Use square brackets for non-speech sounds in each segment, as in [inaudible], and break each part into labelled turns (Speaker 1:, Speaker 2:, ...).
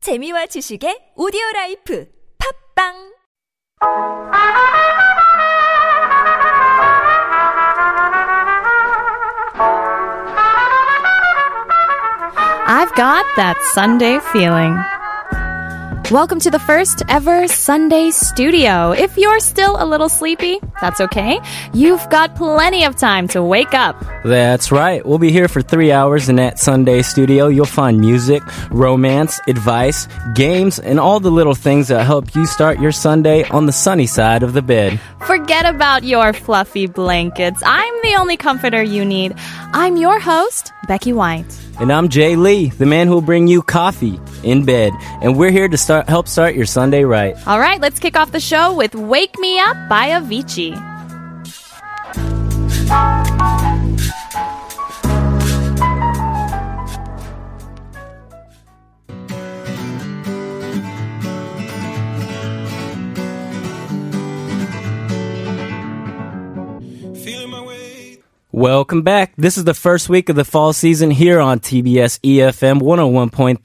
Speaker 1: 재미와 지식의 오디오 라이프 팝빵
Speaker 2: I've got that Sunday feeling. Welcome to the first ever Sunday studio. If you're still a little sleepy, that's okay. You've got plenty of time to wake up.
Speaker 3: That's right. We'll be here for three hours in that Sunday studio. You'll find music, romance, advice, games, and all the little things that help you start your Sunday on the sunny side of the bed.
Speaker 2: Forget about your fluffy blankets. I'm the only comforter you need. I'm your host, Becky White.
Speaker 3: And I'm Jay Lee, the man who'll bring you coffee in bed. And we're here to start, help start your Sunday right.
Speaker 2: All right, let's kick off the show with Wake Me Up by Avicii.
Speaker 4: Feeling my way.
Speaker 3: Welcome back. This is the first week of the fall season here on TBS EFM 101.3.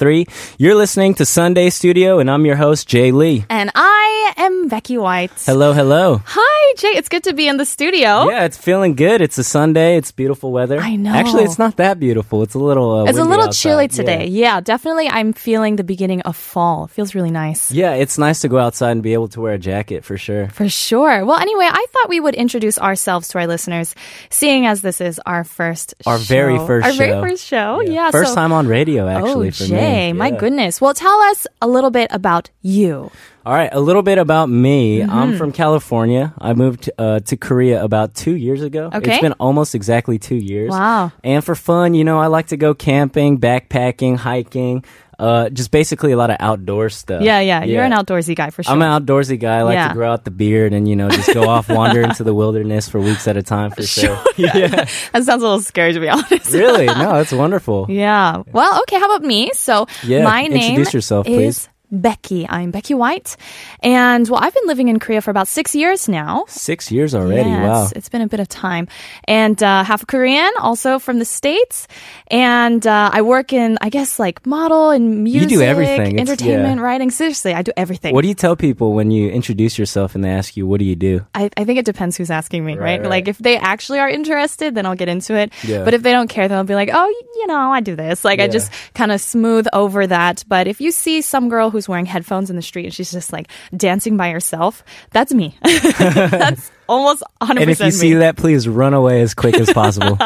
Speaker 3: You're listening to Sunday Studio, and I'm your host, Jay Lee.
Speaker 2: And I am Becky White.
Speaker 3: Hello, hello.
Speaker 2: Hi, Jay. It's good to be in the studio.
Speaker 3: Yeah, it's feeling good. It's a Sunday. It's beautiful weather.
Speaker 2: Oh. I know.
Speaker 3: Actually, it's not that beautiful. It's a little. Uh,
Speaker 2: It's a
Speaker 3: windy
Speaker 2: little
Speaker 3: outside.
Speaker 2: chilly today. Yeah. definitely. I'm feeling the beginning of fall. It feels really nice.
Speaker 3: Yeah. yeah, it's nice to go outside and be able to wear a jacket for sure.
Speaker 2: For sure. Well, anyway, I thought we would introduce ourselves to our listeners, seeing as this is our first
Speaker 3: Our
Speaker 2: show.
Speaker 3: very first
Speaker 2: Our very
Speaker 3: show.
Speaker 2: first show. Oh, Yeah.
Speaker 3: First
Speaker 2: so-
Speaker 3: time on radio,
Speaker 2: oh,
Speaker 3: actually. for
Speaker 2: Jay,
Speaker 3: me.
Speaker 2: my
Speaker 3: Yeah.
Speaker 2: goodness. Well, tell us a little bit about you.
Speaker 3: All right, a little bit about me.
Speaker 2: Mm-hmm.
Speaker 3: I'm from California. I moved uh, to Korea about two years ago.
Speaker 2: Okay.
Speaker 3: It's been almost exactly two years.
Speaker 2: Wow.
Speaker 3: And for fun, you know, I like to go camping, backpacking, hiking, uh, just basically a lot of outdoor stuff.
Speaker 2: Yeah, yeah, You're an outdoorsy guy for sure.
Speaker 3: Uh, I'm an outdoorsy guy. I like
Speaker 2: Yeah.
Speaker 3: to grow out the beard and, you know, just go off, wander into the wilderness for weeks at a time for sure. [laughs] yeah.
Speaker 2: that sounds a little scary to be [laughs] honest.
Speaker 3: Really? No, that's wonderful.
Speaker 2: Yeah. Well, okay. How about me? So
Speaker 3: Yeah,
Speaker 2: my name
Speaker 3: introduce yourself,
Speaker 2: is Becky. I'm Becky White, and well, I've been living in Korea for about six years now.
Speaker 3: Six years already.
Speaker 2: Yeah,
Speaker 3: wow.
Speaker 2: it's, it's been a bit of time, and uh, half Korean, also from the states, and uh, I work in, I guess, like model and music,
Speaker 3: do everything. It's-
Speaker 2: entertainment,
Speaker 3: yeah.
Speaker 2: writing. Seriously, I do everything.
Speaker 3: What do you tell people when you introduce yourself and they ask you, what do you
Speaker 2: [laughs]
Speaker 3: do?
Speaker 2: I, I think it depends who's asking me, right?
Speaker 3: Right, right.
Speaker 2: Like if they actually are interested, then I'll get into it.
Speaker 3: Yeah.
Speaker 2: But if they don't care, then I'll be like, oh, y- you know, I do this. Like I
Speaker 3: Yeah.
Speaker 2: just kind of smooth over that. But if you see some girl who's wearing headphones in the street and she's just like dancing by herself, that's
Speaker 3: [laughs]
Speaker 2: me. [laughs] that's almost 100%
Speaker 3: And if you
Speaker 2: me.
Speaker 3: see that, please run away as quick as
Speaker 2: [laughs]
Speaker 3: possible.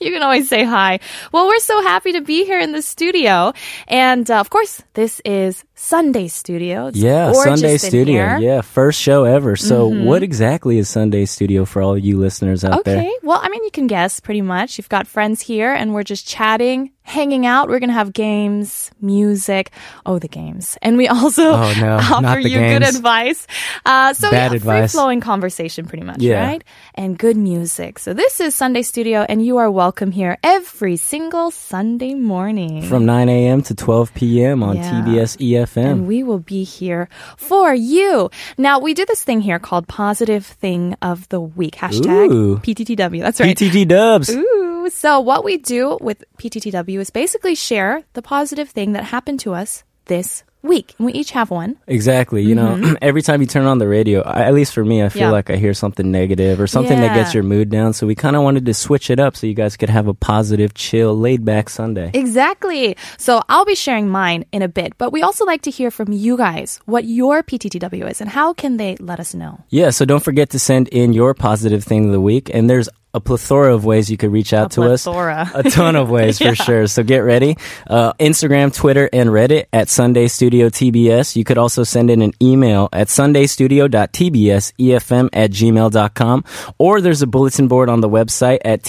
Speaker 2: You can always say hi. Well, we're so happy to be here in the studio. And uh, of course, this is Sunday Studio. It's
Speaker 3: yeah,
Speaker 2: gorgeous
Speaker 3: Sunday
Speaker 2: in
Speaker 3: Studio.
Speaker 2: here. Mm-hmm.
Speaker 3: Yeah, first show ever. So, what exactly is Sunday Studio for all you listeners out there?
Speaker 2: Okay. Well, I mean, you can guess pretty much. You've got friends here, and we're just chatting, hanging out. We're going to have games, music. Oh, the games. And we also
Speaker 3: Oh,
Speaker 2: [laughs]
Speaker 3: no,
Speaker 2: offer
Speaker 3: not the
Speaker 2: you good
Speaker 3: games.
Speaker 2: advice. Uh, so,
Speaker 3: Bad
Speaker 2: yeah,
Speaker 3: advice.
Speaker 2: free flowing conversation, pretty much,
Speaker 3: Yeah.
Speaker 2: right? And good music. So, this is Sunday Studio, and you are welcome here every single Sunday morning.
Speaker 3: From 9 a.m. to 12 p.m. on
Speaker 2: Yeah.
Speaker 3: TBS EFM.
Speaker 2: and we will be here for you. Now, we do this thing here called Positive Thing of the Week. Hashtag
Speaker 3: Ooh.
Speaker 2: PTTW. That's right.
Speaker 3: PTG Dubs.
Speaker 2: Ooh. So, what we do with PTTW is basically share the positive thing that happened to us this week. We each have one.
Speaker 3: Exactly. You know, [clears throat] every time you turn on the radio, I- at least for me, I feel
Speaker 2: Mm-hmm. Yeah.
Speaker 3: like I hear something negative or something that gets
Speaker 2: Yeah.
Speaker 3: your mood down. So we kind of wanted to switch it up so you guys could have a positive, chill, laid back Sunday.
Speaker 2: Exactly. So, I'll be sharing mine in a bit, but we also like to hear from you guys what your PTTW is and how can they let us know?
Speaker 3: Yeah. So don't forget to send in your positive thing of the week. And there's a plethora of ways you could reach out to us.
Speaker 2: plethora.
Speaker 3: A ton of ways for sure. So get ready. Uh, Instagram, Twitter, and Reddit at Sunday Studio TBS. You could also send in an email at sundaystudio.tbsefm at gmail.com. Or there's a bulletin board on the website at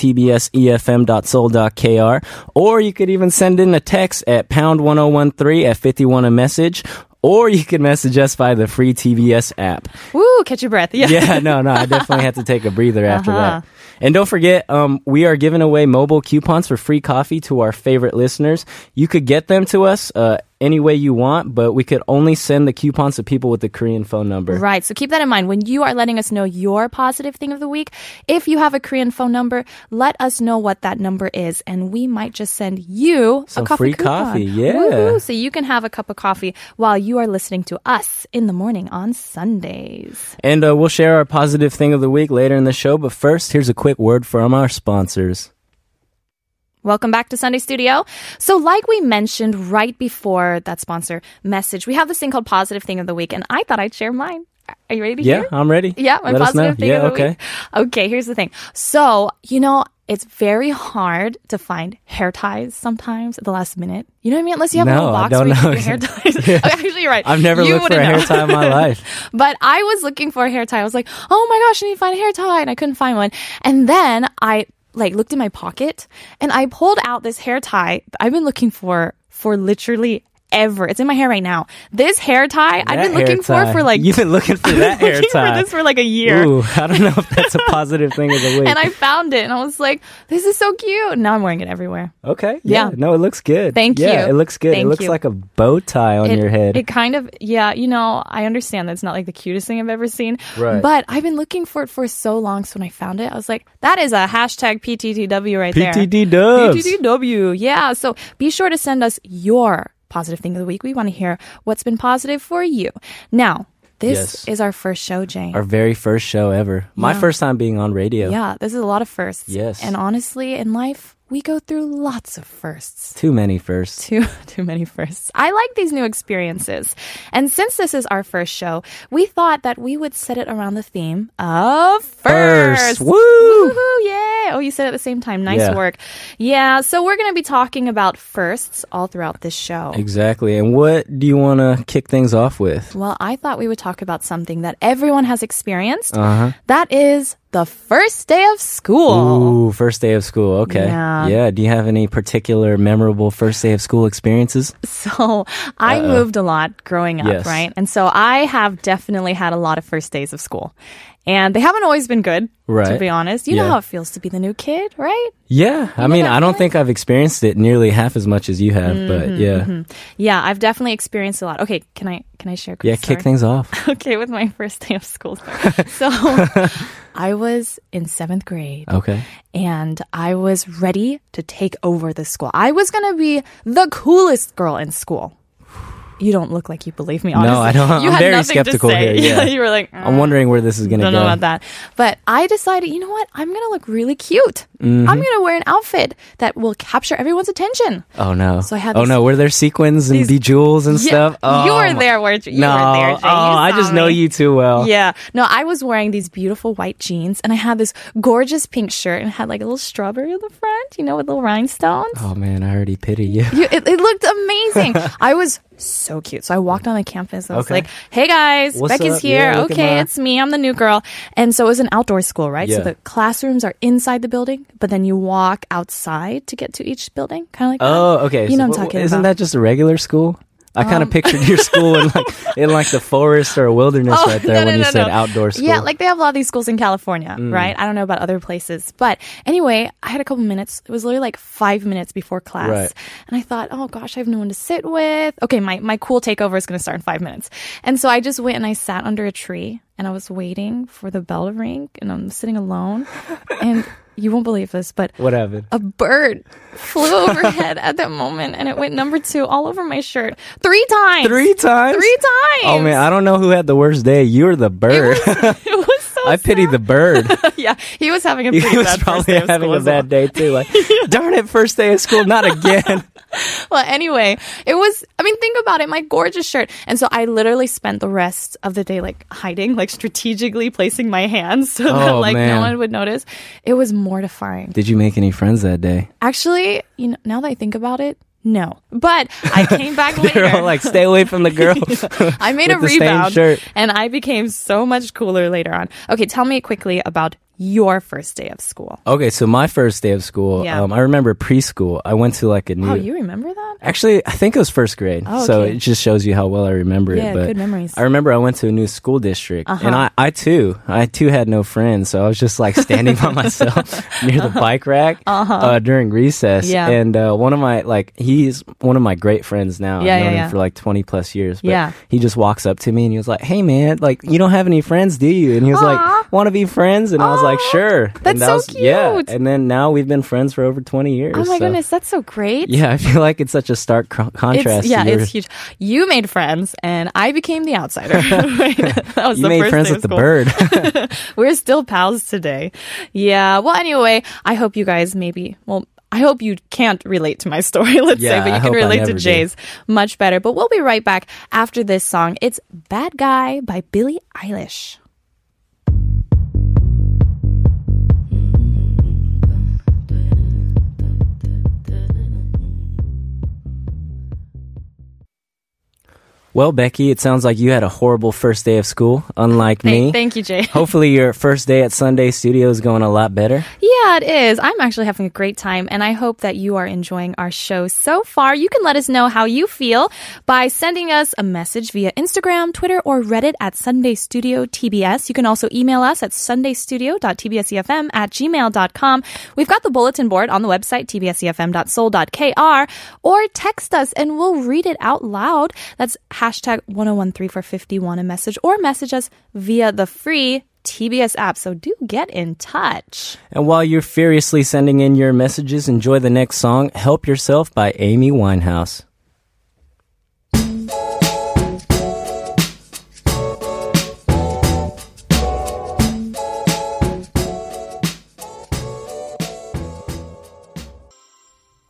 Speaker 3: tbsefm.soul.kr. Or you could even send in a text at pound 1013 at 51 a message. Or you could message us by the free TBS app
Speaker 2: Woo, catch your breath. Yeah. [laughs]
Speaker 3: [laughs] yeah, no, no. I definitely had to take a breather after
Speaker 2: Uh-huh.
Speaker 3: that. And don't forget, um, we are giving away mobile coupons for free coffee to our favorite listeners. You could get them to us uh, any way you want, but we could only send the coupons to people with the Korean phone number.
Speaker 2: Right. So keep that in mind when you are letting us know your positive thing of the week. If you have a Korean phone number, let us know what that number is, and we might just send you
Speaker 3: Some
Speaker 2: a coffee
Speaker 3: free
Speaker 2: coupon.
Speaker 3: coffee, yeah.
Speaker 2: Woohoo. So you can have a cup of coffee while you are listening to us in the morning on Sundays.
Speaker 3: And uh, we'll share our positive thing of the week later in the show, but first, here's a quick word from our sponsors.
Speaker 2: Welcome back to Sunday Studio. So, like we mentioned right before that sponsor message, we have this thing called positive thing of the week, and I thought I'd share mine. Are you ready to
Speaker 3: Yeah,
Speaker 2: hear?
Speaker 3: I'm ready.
Speaker 2: Yeah, my
Speaker 3: Let us know.
Speaker 2: positive thing
Speaker 3: yeah,
Speaker 2: of the
Speaker 3: okay.
Speaker 2: week. Okay, here's the thing. So, you know, it's very hard to find hair ties sometimes at the last minute. You know what I mean? Unless you have a
Speaker 3: No,
Speaker 2: little
Speaker 3: I
Speaker 2: box
Speaker 3: don't
Speaker 2: where you keep
Speaker 3: know.
Speaker 2: your
Speaker 3: [laughs]
Speaker 2: hair ties. Okay, Actually, you're right.
Speaker 3: I've never
Speaker 2: you
Speaker 3: looked for a
Speaker 2: wouldn't
Speaker 3: hair
Speaker 2: know.
Speaker 3: tie in my life.
Speaker 2: [laughs] But I was looking for a hair tie. I was like, oh my gosh, I need to find a hair tie. And I couldn't find one. And then I like looked in my pocket and I pulled out this hair tie that I've been looking for for literally ever. It's in my hair right now. This hair tie I've been
Speaker 3: That hair
Speaker 2: looking for
Speaker 3: tie.
Speaker 2: for
Speaker 3: [laughs]
Speaker 2: like
Speaker 3: You've been looking for that
Speaker 2: [laughs]
Speaker 3: hair
Speaker 2: looking
Speaker 3: tie.
Speaker 2: for this for like a year.
Speaker 3: Ooh, I don't know if that's
Speaker 2: [laughs]
Speaker 3: a positive thing of the week. [laughs]
Speaker 2: And I found it and I was like, this is so cute. And now I'm wearing it everywhere.
Speaker 3: okay. Yeah.
Speaker 2: Yeah.
Speaker 3: No, it looks good.
Speaker 2: Thank
Speaker 3: Yeah,
Speaker 2: you.
Speaker 3: it looks good. it
Speaker 2: Thank
Speaker 3: looks
Speaker 2: you.
Speaker 3: like a bow tie on
Speaker 2: it,
Speaker 3: your head.
Speaker 2: It kind of, yeah, you know, I understand that it's not like the cutest thing I've ever seen.
Speaker 3: Right.
Speaker 2: But I've been looking for it for so long. So when I found it, I was like, that is a hashtag PTTW right there.
Speaker 3: PTD dubs.
Speaker 2: PTTW. Yeah. So be sure to send us your positive thing of the week. We want to hear what's been positive for you. Now, this
Speaker 3: Yes.
Speaker 2: is our first show, Jane.
Speaker 3: Our very first show ever. My first time being on radio.
Speaker 2: yeah, this is a lot of firsts.
Speaker 3: Yes.
Speaker 2: And honestly, in life, we go through lots of firsts.
Speaker 3: Too many firsts.
Speaker 2: too [laughs] too many firsts. I like these new experiences. And since this is our first show, we thought that we would set it around the theme of first.
Speaker 3: First. Woo!
Speaker 2: Woohoo, yay! Oh, you said it at the same time. Nice
Speaker 3: Yeah.
Speaker 2: work. Yeah, so we're going to be talking about firsts all throughout this show.
Speaker 3: Exactly. And what do you want to kick things off with?
Speaker 2: Well, I thought we would talk about something that everyone has experienced.
Speaker 3: Uh-huh.
Speaker 2: That is the first day of school.
Speaker 3: Ooh, first day of school. Okay.
Speaker 2: Yeah.
Speaker 3: Do you have any particular memorable first day of school experiences?
Speaker 2: So I moved a lot growing up,
Speaker 3: Yes.
Speaker 2: right? And so I have definitely had a lot of first days of school. And they haven't always been good, to
Speaker 3: Right.
Speaker 2: be honest. You know
Speaker 3: Yeah.
Speaker 2: how it feels to be the new kid, right?
Speaker 3: Yeah. I mean, I don't think I've experienced it nearly half as much as you have, but
Speaker 2: Mm-hmm. Yeah,
Speaker 3: yeah.
Speaker 2: I've definitely experienced a lot. Okay, can I can I share a quick
Speaker 3: Yeah,
Speaker 2: story?
Speaker 3: kick things off.
Speaker 2: [laughs] Okay, with my first day of
Speaker 3: [laughs]
Speaker 2: school. story. so I was in seventh grade. [laughs]
Speaker 3: Okay.
Speaker 2: and I was ready to take over the school. I was going to be the coolest girl in school. You don't look like you believe me, honestly.
Speaker 3: No, I don't.
Speaker 2: You
Speaker 3: I'm
Speaker 2: had
Speaker 3: very
Speaker 2: nothing to
Speaker 3: skeptical
Speaker 2: say.
Speaker 3: here, yeah.
Speaker 2: [laughs] you were like,
Speaker 3: I'm wondering where this is going to
Speaker 2: don't
Speaker 3: go.
Speaker 2: know about that. But I decided, you know what? I'm going to look really cute.
Speaker 3: Mm-hmm.
Speaker 2: I'm going to wear an outfit that will capture everyone's attention.
Speaker 3: Oh no!
Speaker 2: So I had
Speaker 3: oh
Speaker 2: these-
Speaker 3: no! Were there sequins and bejewels and
Speaker 2: Yeah,
Speaker 3: stuff? Oh,
Speaker 2: you were
Speaker 3: my-
Speaker 2: there, weren't you? You
Speaker 3: no.
Speaker 2: were there, Jay. You
Speaker 3: oh, I
Speaker 2: saw
Speaker 3: just know
Speaker 2: me.
Speaker 3: you too well.
Speaker 2: Yeah. No, I was wearing these beautiful white jeans and I had this gorgeous pink shirt and it had like a little strawberry in the front, you know, with little rhinestones.
Speaker 3: Oh man, I already pity you. [laughs]
Speaker 2: You, it, it looked amazing. I was so cute. So I walked on the campus. I was
Speaker 3: Okay.
Speaker 2: like, "Hey guys,
Speaker 3: What's
Speaker 2: Becky's
Speaker 3: up?
Speaker 2: here.
Speaker 3: Yeah, look at
Speaker 2: okay,
Speaker 3: my-
Speaker 2: it's me. I'm the new girl." And so it was an outdoor school, right? So
Speaker 3: Yeah.
Speaker 2: the classrooms are inside the building, but then you walk outside to get to each building, kind of like. that.
Speaker 3: Oh, okay.
Speaker 2: You know what I'm
Speaker 3: wh-
Speaker 2: talking
Speaker 3: Isn't
Speaker 2: about. Um,
Speaker 3: that just a regular school? I kind of pictured your school in
Speaker 2: [laughs]
Speaker 3: like in like the forest or wilderness right there
Speaker 2: Oh, no,
Speaker 3: when
Speaker 2: no,
Speaker 3: you
Speaker 2: no,
Speaker 3: said
Speaker 2: no.
Speaker 3: outdoor school. Mm.
Speaker 2: Yeah, like they have a lot of these schools in California, right? I don't know about other places. But anyway, I had a couple minutes. It was literally like five minutes before class.
Speaker 3: Right.
Speaker 2: And I thought, oh gosh, I have no one to sit with. Okay, my, my cool takeover is going to start in five minutes. And so I just went and I sat under a tree and I was waiting for the bell to ring and I'm sitting
Speaker 3: [laughs]
Speaker 2: alone. and you won't believe this, but
Speaker 3: what happened?
Speaker 2: a bird flew overhead at that moment and it went number two all over my shirt three times.
Speaker 3: Three times.
Speaker 2: Three times.
Speaker 3: Oh man, I don't know who had the worst day. You or the bird.
Speaker 2: It was so
Speaker 3: [laughs] I pity
Speaker 2: [laughs]
Speaker 3: the bird.
Speaker 2: yeah, he was having a pretty
Speaker 3: he [laughs] was
Speaker 2: bad first
Speaker 3: probably
Speaker 2: day of
Speaker 3: having
Speaker 2: school
Speaker 3: a
Speaker 2: as well.
Speaker 3: bad day too.
Speaker 2: [laughs]
Speaker 3: Like, darn it, first day of school, not again.
Speaker 2: Well, anyway, it was. I mean, think about it. My gorgeous shirt, and so I literally spent the rest of the day like hiding, like strategically placing my hands so that
Speaker 3: Oh,
Speaker 2: like no
Speaker 3: man.
Speaker 2: one would notice. It was mortifying.
Speaker 3: Did you make any friends that day?
Speaker 2: Actually, you know, now that I think about it, no. But
Speaker 3: [laughs]
Speaker 2: I came back later.
Speaker 3: They're all like, stay away from the
Speaker 2: [laughs]
Speaker 3: girl.
Speaker 2: I made a
Speaker 3: with the stained
Speaker 2: rebound,
Speaker 3: shirt.
Speaker 2: and I became so much cooler later on. Okay, tell me quickly about your first day of school?
Speaker 3: [laughs] Okay, so my first day of school,
Speaker 2: Yeah.
Speaker 3: um, I remember preschool. I went to like a new.
Speaker 2: Wow, Oh, you remember that?
Speaker 3: Actually, I think it was first grade.
Speaker 2: Oh,
Speaker 3: So
Speaker 2: okay.
Speaker 3: it just shows you how well I remember
Speaker 2: Yeah,
Speaker 3: it. But
Speaker 2: good memories. Uh-huh.
Speaker 3: I remember I went to a new school district, and I, I too, I too had no friends. So I was just like standing by [laughs]
Speaker 2: [laughs]
Speaker 3: myself near the bike rack uh during recess.
Speaker 2: Uh-huh. Yeah.
Speaker 3: And uh, one of my like, he's one of my great friends now.
Speaker 2: Yeah,
Speaker 3: I've known
Speaker 2: yeah, yeah.
Speaker 3: him for like twenty plus years. But
Speaker 2: Yeah.
Speaker 3: He just walks up to me and he was like, "Hey man, like you don't have any friends, do you?" And he was
Speaker 2: Aw.
Speaker 3: like, "Want to be friends?" And I was like,
Speaker 2: Aw,
Speaker 3: "Sure."
Speaker 2: that's
Speaker 3: and that
Speaker 2: so
Speaker 3: was, Yeah.
Speaker 2: cute.
Speaker 3: And then now we've been friends for over twenty years.
Speaker 2: Oh my
Speaker 3: so-
Speaker 2: goodness, that's so great.
Speaker 3: yeah, I feel like it's such a stark co- contrast.
Speaker 2: It's, yeah,
Speaker 3: to your,
Speaker 2: it's huge. You made friends, and I became the
Speaker 3: [laughs]
Speaker 2: outsider. [laughs] that was
Speaker 3: you
Speaker 2: the
Speaker 3: made
Speaker 2: first
Speaker 3: friends
Speaker 2: day
Speaker 3: with
Speaker 2: of
Speaker 3: the
Speaker 2: school.
Speaker 3: bird.
Speaker 2: [laughs] We're still pals today. Yeah. Well, anyway, I hope you guys maybe. Well, I hope you can't relate to my [laughs] story. Let's
Speaker 3: Yeah,
Speaker 2: say, but
Speaker 3: I
Speaker 2: you can
Speaker 3: hope I
Speaker 2: relate to
Speaker 3: never do.
Speaker 2: Jay's much better. But we'll be right back after this song. It's "Bad Guy" by Billie Eilish.
Speaker 3: well, Becky, it sounds like you had a horrible first day of school, unlike me.
Speaker 2: Thank, thank you, Jay.
Speaker 3: Hopefully, your first day at Sunday Studio is going a lot better.
Speaker 2: Yeah, it is. I'm actually having a great time, and I hope that you are enjoying our show so far. You can let us know how you feel by sending us a message via Instagram, Twitter, or Reddit at Sunday Studio TBS. You can also email us at sundaystudio.tbsefm E at gmail.com. We've got the bulletin board on the website, tbsefm.soul.kr, or text us and we'll read it out loud. That's hashtag 1013 for 51 a message, or message us via the free TBS app. So do get in touch.
Speaker 3: And while you're furiously sending in your messages, enjoy the next song, Help Yourself by Amy Winehouse.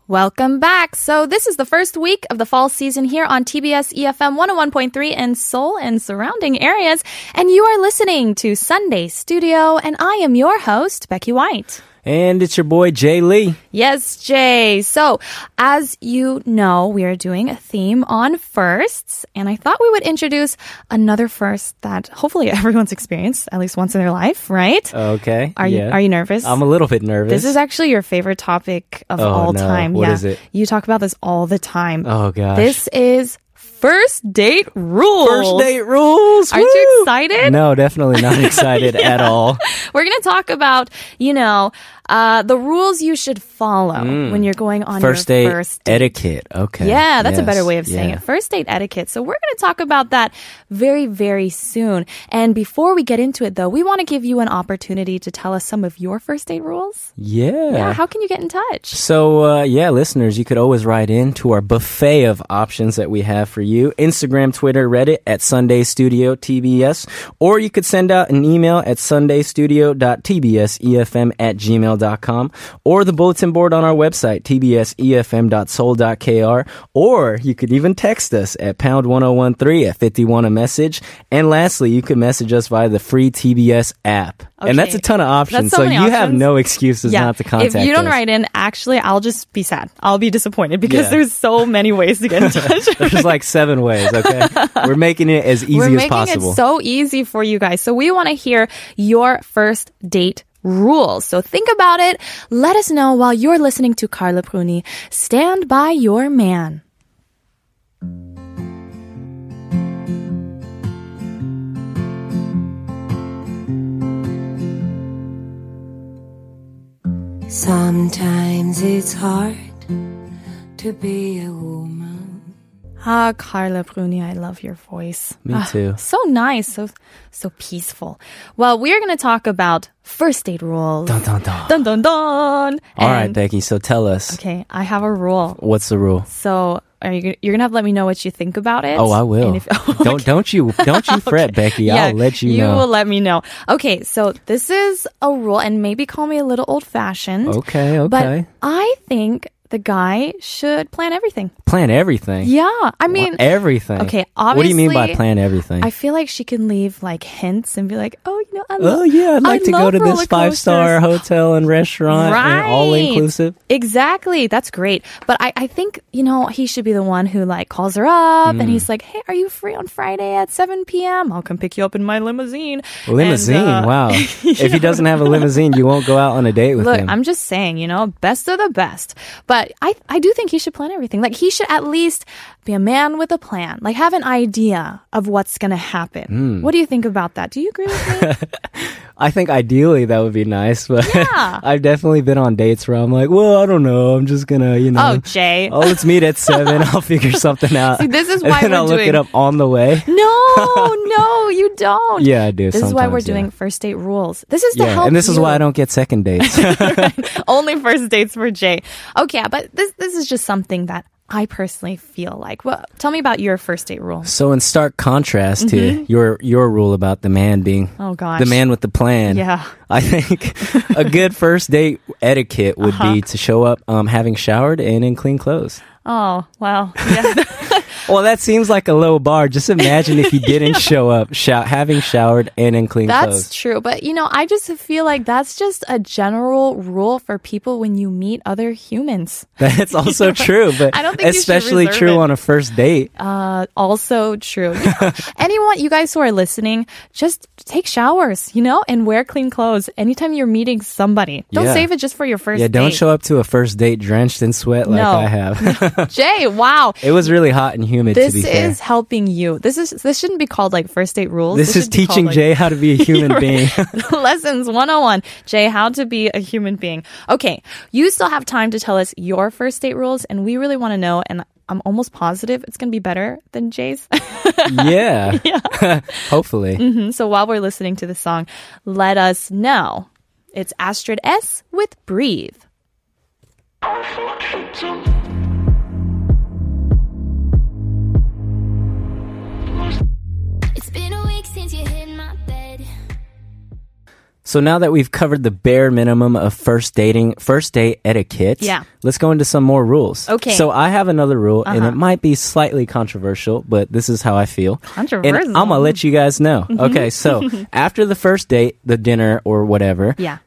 Speaker 2: Welcome back. So this is the first week of the fall season here on TBS EFM 101.3 in Seoul and surrounding areas. And you are listening to Sunday Studio and I am your host, Becky White.
Speaker 3: And it's your boy Jay Lee.
Speaker 2: Yes, Jay. So as you know, we are doing a theme on firsts and I thought we would introduce another first that hopefully [laughs] everyone's experienced at least once in their life, right?
Speaker 3: Okay.
Speaker 2: are
Speaker 3: Uh, yeah.
Speaker 2: you, are you nervous?
Speaker 3: I'm a little bit nervous.
Speaker 2: This is actually your favorite topic of
Speaker 3: Oh,
Speaker 2: all
Speaker 3: no.
Speaker 2: time.
Speaker 3: What
Speaker 2: yeah.
Speaker 3: is it?
Speaker 2: You talk about this all the time.
Speaker 3: Oh, gosh.
Speaker 2: This is first date rules.
Speaker 3: First date rules.
Speaker 2: Aren't you
Speaker 3: woo!
Speaker 2: excited?
Speaker 3: No, definitely not [laughs] excited at all.
Speaker 2: We're going to talk about, you know, uh, the rules you should follow when you're going on
Speaker 3: Mm. First
Speaker 2: your
Speaker 3: date
Speaker 2: first
Speaker 3: etiquette. Okay.
Speaker 2: Yeah, that's a better
Speaker 3: Yes.
Speaker 2: way of saying
Speaker 3: Yeah.
Speaker 2: it. First date etiquette. So we're going to talk about that very, very soon. And before we get into it, though, we want to give you an opportunity to tell us some of your first date rules.
Speaker 3: Yeah.
Speaker 2: Yeah. How can you get in touch?
Speaker 3: so uh, yeah, listeners, you could always write in to our buffet of options that we have for you: Instagram, Twitter, Reddit at Sunday Studio TBS, or you could send out an email at sundaystudio.tbsefm at gmail.com, or the bulletin board on our website tbsefm.soul.kr, or you could even text us at pound one zero one three at fifty one a message, and lastly, you could message us via the free TBS app, and that's a
Speaker 2: Okay.
Speaker 3: ton of options.
Speaker 2: That's so
Speaker 3: so
Speaker 2: many
Speaker 3: you have
Speaker 2: options.
Speaker 3: no excuses not to contact.
Speaker 2: If you don't
Speaker 3: us.
Speaker 2: write in, actually, I'll just be sad. I'll be disappointed because
Speaker 3: Yeah.
Speaker 2: there's so many ways to get
Speaker 3: [laughs]
Speaker 2: in touch.
Speaker 3: There's like seven ways,
Speaker 2: [laughs]
Speaker 3: okay? We're making it as easy
Speaker 2: We're
Speaker 3: as
Speaker 2: making
Speaker 3: possible.
Speaker 2: it so easy for you guys. So we want to hear your first date rules. So think about it. Let us know while you're listening to Carla Bruni. Stand by your man.
Speaker 4: Sometimes it's hard to be a woman.
Speaker 2: Ah, Carla Bruni, I love your voice.
Speaker 3: Me too.
Speaker 2: So nice, so so peaceful. Well, we're going to talk about first date rules.
Speaker 3: Dun, dun, dun.
Speaker 2: Dun dun dun.
Speaker 3: All right,
Speaker 2: And-
Speaker 3: Becky, so tell us
Speaker 2: Okay, I have a rule.
Speaker 3: what's the rule?
Speaker 2: So are you you're gonna have to let me know what you think about it?
Speaker 3: Oh, I
Speaker 2: And
Speaker 3: will.
Speaker 2: if- [laughs] Okay.
Speaker 3: Don't don't you
Speaker 2: [laughs]
Speaker 3: don't you fret, Becky. I'll let you, know.
Speaker 2: You will let me know. Okay, so this is a rule, and maybe call me a little old fashioned.
Speaker 3: Okay, okay.
Speaker 2: But I think the guy should plan everything.
Speaker 3: Plan everything.
Speaker 2: Yeah. I mean,
Speaker 3: everything.
Speaker 2: okay,
Speaker 3: What do you mean by
Speaker 2: obviously,
Speaker 3: plan everything?
Speaker 2: I feel like she can leave like hints and be like, oh, you know, I lo-
Speaker 3: oh yeah, I'd
Speaker 2: I
Speaker 3: like to
Speaker 2: love
Speaker 3: go to this
Speaker 2: roller
Speaker 3: five star
Speaker 2: coasters.
Speaker 3: hotel and restaurant, and all inclusive.
Speaker 2: Exactly. That's great. But I, I think, you know, he should be the one who like calls her up
Speaker 3: Mm.
Speaker 2: and he's like, hey, are you free on Friday at 7 p.m.? I'll come pick you up in my limousine. And,
Speaker 3: Limousine.
Speaker 2: uh, [laughs]
Speaker 3: wow. If he doesn't have a limousine, you won't go out on a date with
Speaker 2: Look,
Speaker 3: him.
Speaker 2: I'm just saying, you know, best of the best. But I, I do think he should plan everything. Like, he should at least be a man with a plan. Like, have an idea of what's going to
Speaker 3: Hmm.
Speaker 2: happen. What do you think about that? Do you agree
Speaker 3: [laughs]
Speaker 2: with me?
Speaker 3: I think ideally that would be nice, [laughs] but
Speaker 2: Yeah.
Speaker 3: I've definitely been on dates where I'm like, well, I don't know. I'm just gonna, you
Speaker 2: oh,
Speaker 3: know.
Speaker 2: Jay.
Speaker 3: Oh, let's meet at seven.
Speaker 2: [laughs]
Speaker 3: I'll figure something out.
Speaker 2: See, this is
Speaker 3: and
Speaker 2: why
Speaker 3: then
Speaker 2: we're
Speaker 3: I'll look it
Speaker 2: doing-
Speaker 3: up on the way.
Speaker 2: No,
Speaker 3: [laughs]
Speaker 2: no, you don't.
Speaker 3: Yeah, I do.
Speaker 2: This is why we're
Speaker 3: sometimes, yeah.
Speaker 2: doing first date rules. This is to
Speaker 3: Yeah,
Speaker 2: help.
Speaker 3: and this is
Speaker 2: you.
Speaker 3: why I don't get second
Speaker 2: [laughs]
Speaker 3: dates.
Speaker 2: only first dates for Jay. Okay, but this this is just something that I personally feel like. Well, tell me about your first date rule.
Speaker 3: so, in stark contrast to your your rule about the man being
Speaker 2: Mm-hmm. Oh gosh,
Speaker 3: the man with the plan,
Speaker 2: Yeah.
Speaker 3: I think
Speaker 2: [laughs]
Speaker 3: a good first date etiquette would
Speaker 2: Uh-huh.
Speaker 3: be to show up um, having showered and in clean clothes.
Speaker 2: Oh
Speaker 3: [laughs]
Speaker 2: well, yeah.
Speaker 3: Well, that seems like a low bar. Just imagine if
Speaker 2: [laughs]
Speaker 3: you didn't show up, shou- having showered and in clean
Speaker 2: that's
Speaker 3: clothes. [laughs]
Speaker 2: true. But you know, I just feel like that's just a general rule for people when you meet other humans.
Speaker 3: That's also true,
Speaker 2: [laughs]
Speaker 3: but
Speaker 2: I don't think you should
Speaker 3: especially
Speaker 2: reserve
Speaker 3: true
Speaker 2: it.
Speaker 3: on a first date.
Speaker 2: Uh, also true. You
Speaker 3: [laughs]
Speaker 2: know, anyone, you guys who are listening, just take showers, you know, and wear clean clothes anytime you're meeting somebody. Don't
Speaker 3: Yeah.
Speaker 2: save it just for your first.
Speaker 3: yeah, don't
Speaker 2: date.
Speaker 3: show up to a first date drenched in sweat
Speaker 2: [laughs]
Speaker 3: like
Speaker 2: No.
Speaker 3: I have.
Speaker 2: Jay. Wow,
Speaker 3: [laughs] it was really hot and humid.
Speaker 2: this
Speaker 3: to be fair.
Speaker 2: is helping you. This is this shouldn't be called like first date rules.
Speaker 3: This is
Speaker 2: should be
Speaker 3: teaching
Speaker 2: called, like,
Speaker 3: Jay how to be a
Speaker 2: [laughs]
Speaker 3: human
Speaker 2: You're
Speaker 3: being.
Speaker 2: Lessons 101. Jay, how to be a human being. Okay, you still have time to tell us your first date rules, and we really want to know. And I'm almost positive it's going to be better than Jay's. [laughs]
Speaker 3: yeah. [laughs] Hopefully.
Speaker 2: Mhm. so while we're listening to the song, let us know. It's Astrid S with Breathe.
Speaker 5: It's been a week since you hit my bed.
Speaker 3: So now that we've covered the bare minimum of first dating, first date etiquette,
Speaker 2: Yeah.
Speaker 3: let's go into some more rules.
Speaker 2: Okay.
Speaker 3: So I have another rule, and
Speaker 2: Uh-huh.
Speaker 3: it might be slightly controversial, but this is how I feel.
Speaker 2: Controversial.
Speaker 3: And I'm gonna let you guys know.
Speaker 2: [laughs]
Speaker 3: Okay. So after the first date, the dinner or whatever,
Speaker 2: Yeah,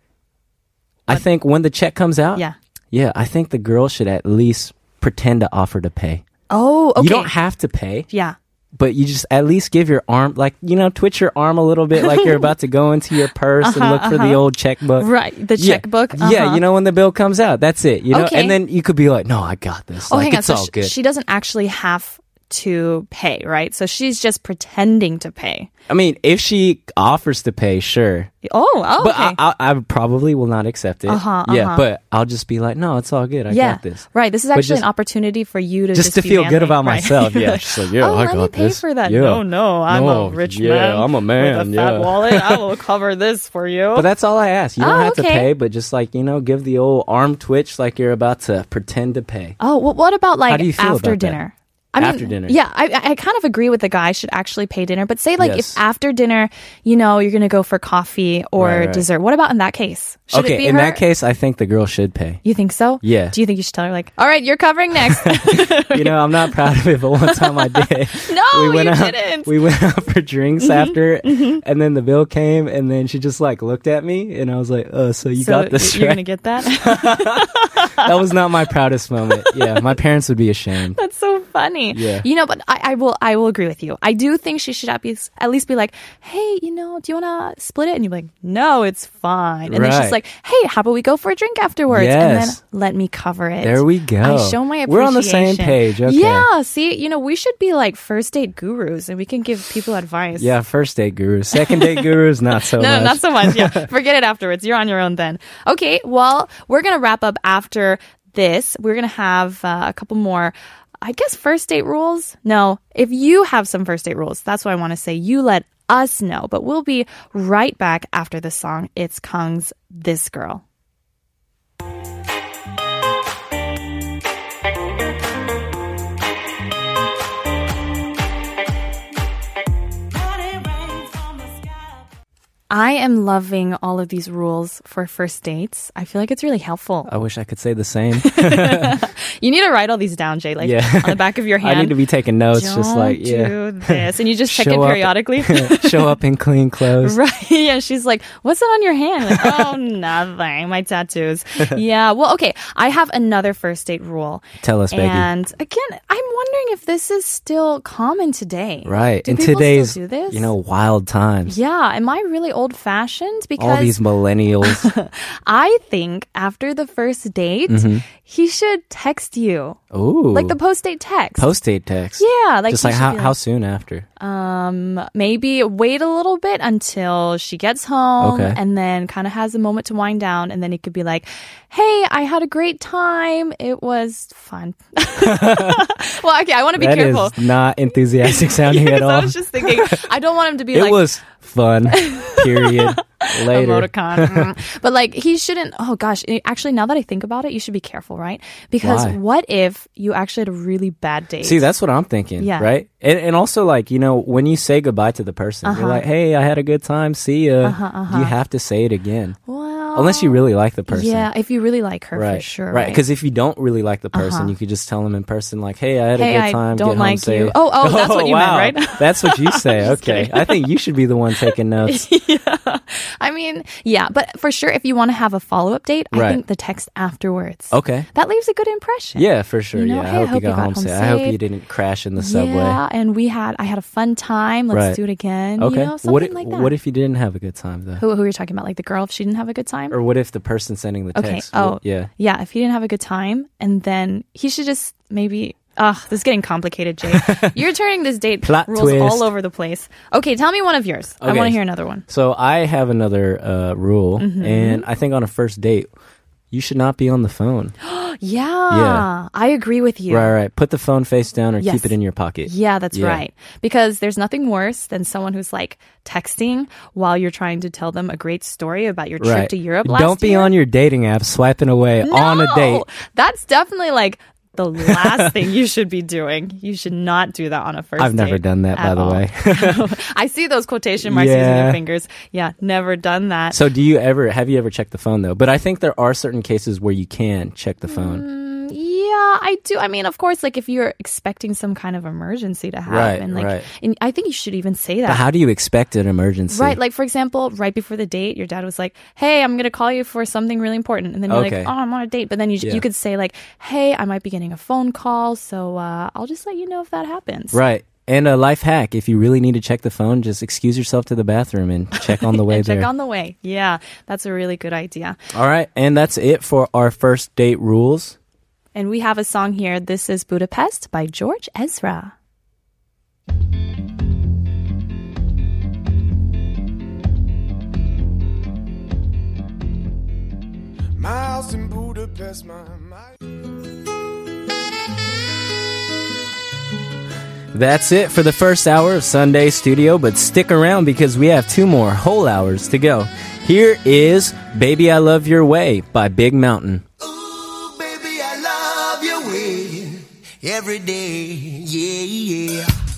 Speaker 3: I think when the check comes out,
Speaker 2: yeah.
Speaker 3: yeah, I think the girl should at least pretend to offer to pay.
Speaker 2: Oh, okay.
Speaker 3: You don't have to pay.
Speaker 2: yeah.
Speaker 3: but you just at least give your arm like you know twitch your arm a little bit like you're about to go into
Speaker 2: [laughs]
Speaker 3: your purse and look for the old checkbook
Speaker 2: Uh-huh. Right, the
Speaker 3: Yeah.
Speaker 2: checkbook.
Speaker 3: yeah
Speaker 2: uh-huh.
Speaker 3: you know when the bill comes out that's it you know
Speaker 2: Okay.
Speaker 3: and then you could be like no i got this
Speaker 2: Oh,
Speaker 3: like
Speaker 2: hang on. So
Speaker 3: it's all
Speaker 2: sh-
Speaker 3: good
Speaker 2: she doesn't actually have to pay, right? So she's just pretending to pay.
Speaker 3: i mean if she offers to pay sure
Speaker 2: Oh, oh,
Speaker 3: but
Speaker 2: okay.
Speaker 3: I, I, I probably will not accept it
Speaker 2: Uh-huh, uh-huh.
Speaker 3: yeah but i'll just be like no it's all good i
Speaker 2: yeah,
Speaker 3: got this
Speaker 2: right. This is
Speaker 3: But
Speaker 2: actually
Speaker 3: just-
Speaker 2: an opportunity for you to
Speaker 3: just,
Speaker 2: just,
Speaker 3: to
Speaker 2: be
Speaker 3: feel good
Speaker 2: manly,
Speaker 3: about
Speaker 2: right?
Speaker 3: myself
Speaker 2: [laughs]
Speaker 3: yeah
Speaker 2: You're
Speaker 3: she's like yeah
Speaker 2: oh,
Speaker 3: i
Speaker 2: let me
Speaker 3: got
Speaker 2: pay
Speaker 3: this
Speaker 2: for that.
Speaker 3: yeah.
Speaker 2: No, no, I'm a
Speaker 3: No,
Speaker 2: rich
Speaker 3: yeah,
Speaker 2: man.
Speaker 3: I'm a man,
Speaker 2: With a fat
Speaker 3: yeah.
Speaker 2: wallet, I will cover this for you.
Speaker 3: But that's all I ask. You don't
Speaker 2: Oh,
Speaker 3: have to
Speaker 2: okay.
Speaker 3: pay, but just like, you know, give the old arm twitch like you're about to pretend to pay.
Speaker 2: oh, well, what about like
Speaker 3: do you feel
Speaker 2: after
Speaker 3: about that?
Speaker 2: dinner?
Speaker 3: After dinner.
Speaker 2: Yeah, I, I- I kind of agree with the guy should actually pay dinner, but say like if
Speaker 3: Yes.
Speaker 2: after dinner, you know, you're gonna go for coffee or
Speaker 3: Right, right.
Speaker 2: dessert. What about in that case? Should
Speaker 3: okay,
Speaker 2: it be her?
Speaker 3: in that case, I think the girl should pay.
Speaker 2: You think so?
Speaker 3: Yeah.
Speaker 2: Do you think you should tell her like, all right, you're covering
Speaker 3: [laughs]
Speaker 2: next?
Speaker 3: You know, I'm not proud of it, but one
Speaker 2: [laughs]
Speaker 3: time I did.
Speaker 2: no, Oh, you
Speaker 3: out,
Speaker 2: didn't. Mm-hmm,
Speaker 3: We went out for drinks after, and then the bill came, and then she just like looked at me, and I was like, "Uh, so you
Speaker 2: so
Speaker 3: got this
Speaker 2: You're
Speaker 3: right?"
Speaker 2: gonna get
Speaker 3: [laughs]
Speaker 2: that.
Speaker 3: that was not my proudest moment. Yeah,
Speaker 2: [laughs]
Speaker 3: my parents would be ashamed.
Speaker 2: That's so funny.
Speaker 3: Yeah.
Speaker 2: You know, but I, I will. I will agree with you. I do think she should at least at least be like, hey, you know, do you want to split it? And you're like, no, it's fine. And then she's
Speaker 3: Right.
Speaker 2: like, hey, how about we go for a drink afterwards? And then
Speaker 3: Yes.
Speaker 2: let me cover it.
Speaker 3: There we go.
Speaker 2: I show my appreciation.
Speaker 3: We're on the same page, okay.
Speaker 2: Yeah. See, you know, we should be like first date gurus, and we can give people advice.
Speaker 3: Yeah, first date guru, second date guru is not
Speaker 2: [laughs]
Speaker 3: so
Speaker 2: No,
Speaker 3: much.
Speaker 2: not so much.
Speaker 3: [laughs]
Speaker 2: Yeah. Forget it afterwards. You're on your own then. Okay. Well, we're going to wrap up after this. We're going to have uh, a couple more. I guess first date rules. No, if you have some first date rules, that's what I want to say. You let us know, but we'll be right back after this song. It's Kung's This Girl. I am loving all of these rules for first dates. I feel like it's really helpful.
Speaker 3: I wish I could say
Speaker 2: [laughs]
Speaker 3: the same.
Speaker 2: You need to write all these down, Jay, like
Speaker 3: Yeah.
Speaker 2: on the back of your
Speaker 3: [laughs] I
Speaker 2: hand.
Speaker 3: need to be taking notes,
Speaker 2: Don't
Speaker 3: just like yeah.
Speaker 2: do this, and you just check it
Speaker 3: Show up.
Speaker 2: periodically.
Speaker 3: [laughs] Show up
Speaker 2: [laughs]
Speaker 3: in clean clothes.
Speaker 2: Right. Yeah. She's like, what's that on your hand? Like, oh, [laughs] nothing. My
Speaker 3: [laughs]
Speaker 2: tattoos. yeah. Well, okay. I have another first date rule.
Speaker 3: Tell us, Becky.
Speaker 2: And again, I'm wondering if this is still common today.
Speaker 3: Right.
Speaker 2: Do
Speaker 3: in
Speaker 2: people
Speaker 3: today's
Speaker 2: still do this?
Speaker 3: you know wild times.
Speaker 2: Yeah. Am I really old fashioned? Because
Speaker 3: All these millennials.
Speaker 2: [laughs] I think after the first date, he should text you.
Speaker 3: Mm-hmm. Ooh.
Speaker 2: Like the post date text.
Speaker 3: post date text.
Speaker 2: Yeah, like
Speaker 3: just
Speaker 2: he
Speaker 3: like
Speaker 2: should
Speaker 3: how,
Speaker 2: be
Speaker 3: how soon after?
Speaker 2: um maybe wait a little bit until she gets home
Speaker 3: Okay.
Speaker 2: and then kind of has a moment to wind down and then it could be like hey i had a great time it was fun [laughs] well okay i want to be
Speaker 3: That is [laughs]
Speaker 2: careful [laughs]
Speaker 3: not enthusiastic sounding at
Speaker 2: 'Cause I
Speaker 3: all.
Speaker 2: was just thinking, I don't want him to be
Speaker 3: it
Speaker 2: like
Speaker 3: was fun.
Speaker 2: [laughs]
Speaker 3: Period. Later.
Speaker 2: emoticon. Mm. but like he shouldn't. Oh gosh, I- actually, now that I think about it, you should be careful, right? Because
Speaker 3: Why?
Speaker 2: what if you actually had a really bad date?
Speaker 3: See, that's what I'm thinking.
Speaker 2: Yeah.
Speaker 3: Right. And, and also, like you know, when you say goodbye to the person,
Speaker 2: Uh-huh.
Speaker 3: you're like, "Hey, I had a good time. See ya." You have to say it again,
Speaker 2: well,
Speaker 3: unless you really like the person.
Speaker 2: yeah, if you really like her, for
Speaker 3: Right.
Speaker 2: sure, Uh-huh.
Speaker 3: Right. Because if you don't really like the person, you could just tell them in person, like, "Hey, I had
Speaker 2: Hey,
Speaker 3: a
Speaker 2: I
Speaker 3: good time.
Speaker 2: don't
Speaker 3: Get home
Speaker 2: like you.
Speaker 3: safe."
Speaker 2: Oh,
Speaker 3: [laughs]
Speaker 2: oh, that's what you meant,
Speaker 3: wow.
Speaker 2: right?
Speaker 3: that's what
Speaker 2: [laughs]
Speaker 3: you say. okay. I think you should be the one taking notes.
Speaker 2: I mean, yeah, but for sure, if you want to have a follow up date, I
Speaker 3: Right.
Speaker 2: think the text afterwards.
Speaker 3: Okay.
Speaker 2: That leaves a good impression.
Speaker 3: Yeah, for sure.
Speaker 2: You know,
Speaker 3: yeah,
Speaker 2: hey,
Speaker 3: I hope you got, home safe. I hope
Speaker 2: safe.
Speaker 3: you didn't crash in the subway.
Speaker 2: Yeah, and we had, I had a fun time. Let's
Speaker 3: Right.
Speaker 2: do it again.
Speaker 3: Okay.
Speaker 2: You know, something
Speaker 3: what if,
Speaker 2: like that.
Speaker 3: what if you didn't have a good time though?
Speaker 2: who, who you're talking about? Like the girl, if she didn't have a good time?
Speaker 3: Or what if the person sending the
Speaker 2: okay.
Speaker 3: text?
Speaker 2: Oh,
Speaker 3: yeah.
Speaker 2: Yeah, if he didn't have a good time, and then he should just maybe. Ugh, this is getting complicated, Jay.
Speaker 3: [laughs]
Speaker 2: You're turning this date
Speaker 3: Plot
Speaker 2: rules
Speaker 3: twist.
Speaker 2: all over the place. Okay, tell me one of yours. I
Speaker 3: Okay.
Speaker 2: want to hear another one.
Speaker 3: So I have another uh, rule,
Speaker 2: Mm-hmm,
Speaker 3: and I think on a first date, you should not be on the phone.
Speaker 2: Yeah, I agree with you.
Speaker 3: Right, right. Put the phone face down or
Speaker 2: Yes.
Speaker 3: keep it in your pocket.
Speaker 2: Yeah, that's
Speaker 3: Yeah.
Speaker 2: right. Because there's nothing worse than someone who's like texting while you're trying to tell them a great story about your trip
Speaker 3: Right.
Speaker 2: to Europe last
Speaker 3: Don't be
Speaker 2: year.
Speaker 3: on your dating app swiping away on a date.
Speaker 2: No! That's definitely like the
Speaker 3: [laughs]
Speaker 2: last thing you should be doing. You should not do that on a first
Speaker 3: I've never
Speaker 2: date
Speaker 3: done that, by
Speaker 2: at
Speaker 3: the
Speaker 2: all.
Speaker 3: way.
Speaker 2: [laughs]
Speaker 3: [laughs]
Speaker 2: I see those quotation marks using
Speaker 3: Yeah.
Speaker 2: your fingers. Yeah, never done that.
Speaker 3: So do you ever have you ever checked the phone though? But I think there are certain cases where you can check the
Speaker 2: Mm.
Speaker 3: phone.
Speaker 2: yeah, I do. I mean, of course, like if you're expecting some kind of emergency to happen, like,
Speaker 3: right.
Speaker 2: and I think you should even say
Speaker 3: But
Speaker 2: that.
Speaker 3: how do you expect an emergency?
Speaker 2: Right, like for example, right before the date, your dad was like, "Hey, I'm gonna call you for something really important," and then you're like,
Speaker 3: Okay.
Speaker 2: "Oh, I'm on a date," but then you j- you
Speaker 3: Yeah.
Speaker 2: could say like, "Hey, I might be getting a phone call, so uh, I'll just let you know if that happens."
Speaker 3: Right. And a life hack: if you really need to check the phone, just excuse yourself to the bathroom and
Speaker 2: [laughs]
Speaker 3: check on the way
Speaker 2: And check
Speaker 3: there.
Speaker 2: on the way. Yeah, that's a really good idea.
Speaker 3: All right, and that's it for our first date rules.
Speaker 2: And we have a song here. This is Budapest by George Ezra.
Speaker 6: My house in Budapest, my, my
Speaker 3: That's it for the first hour of Sunday Studio, but stick around because we have two more whole hours to go. Here is "Baby I Love Your Way" by Big Mountain.
Speaker 7: Ooh, baby, I love your way every day. Yeah, yeah.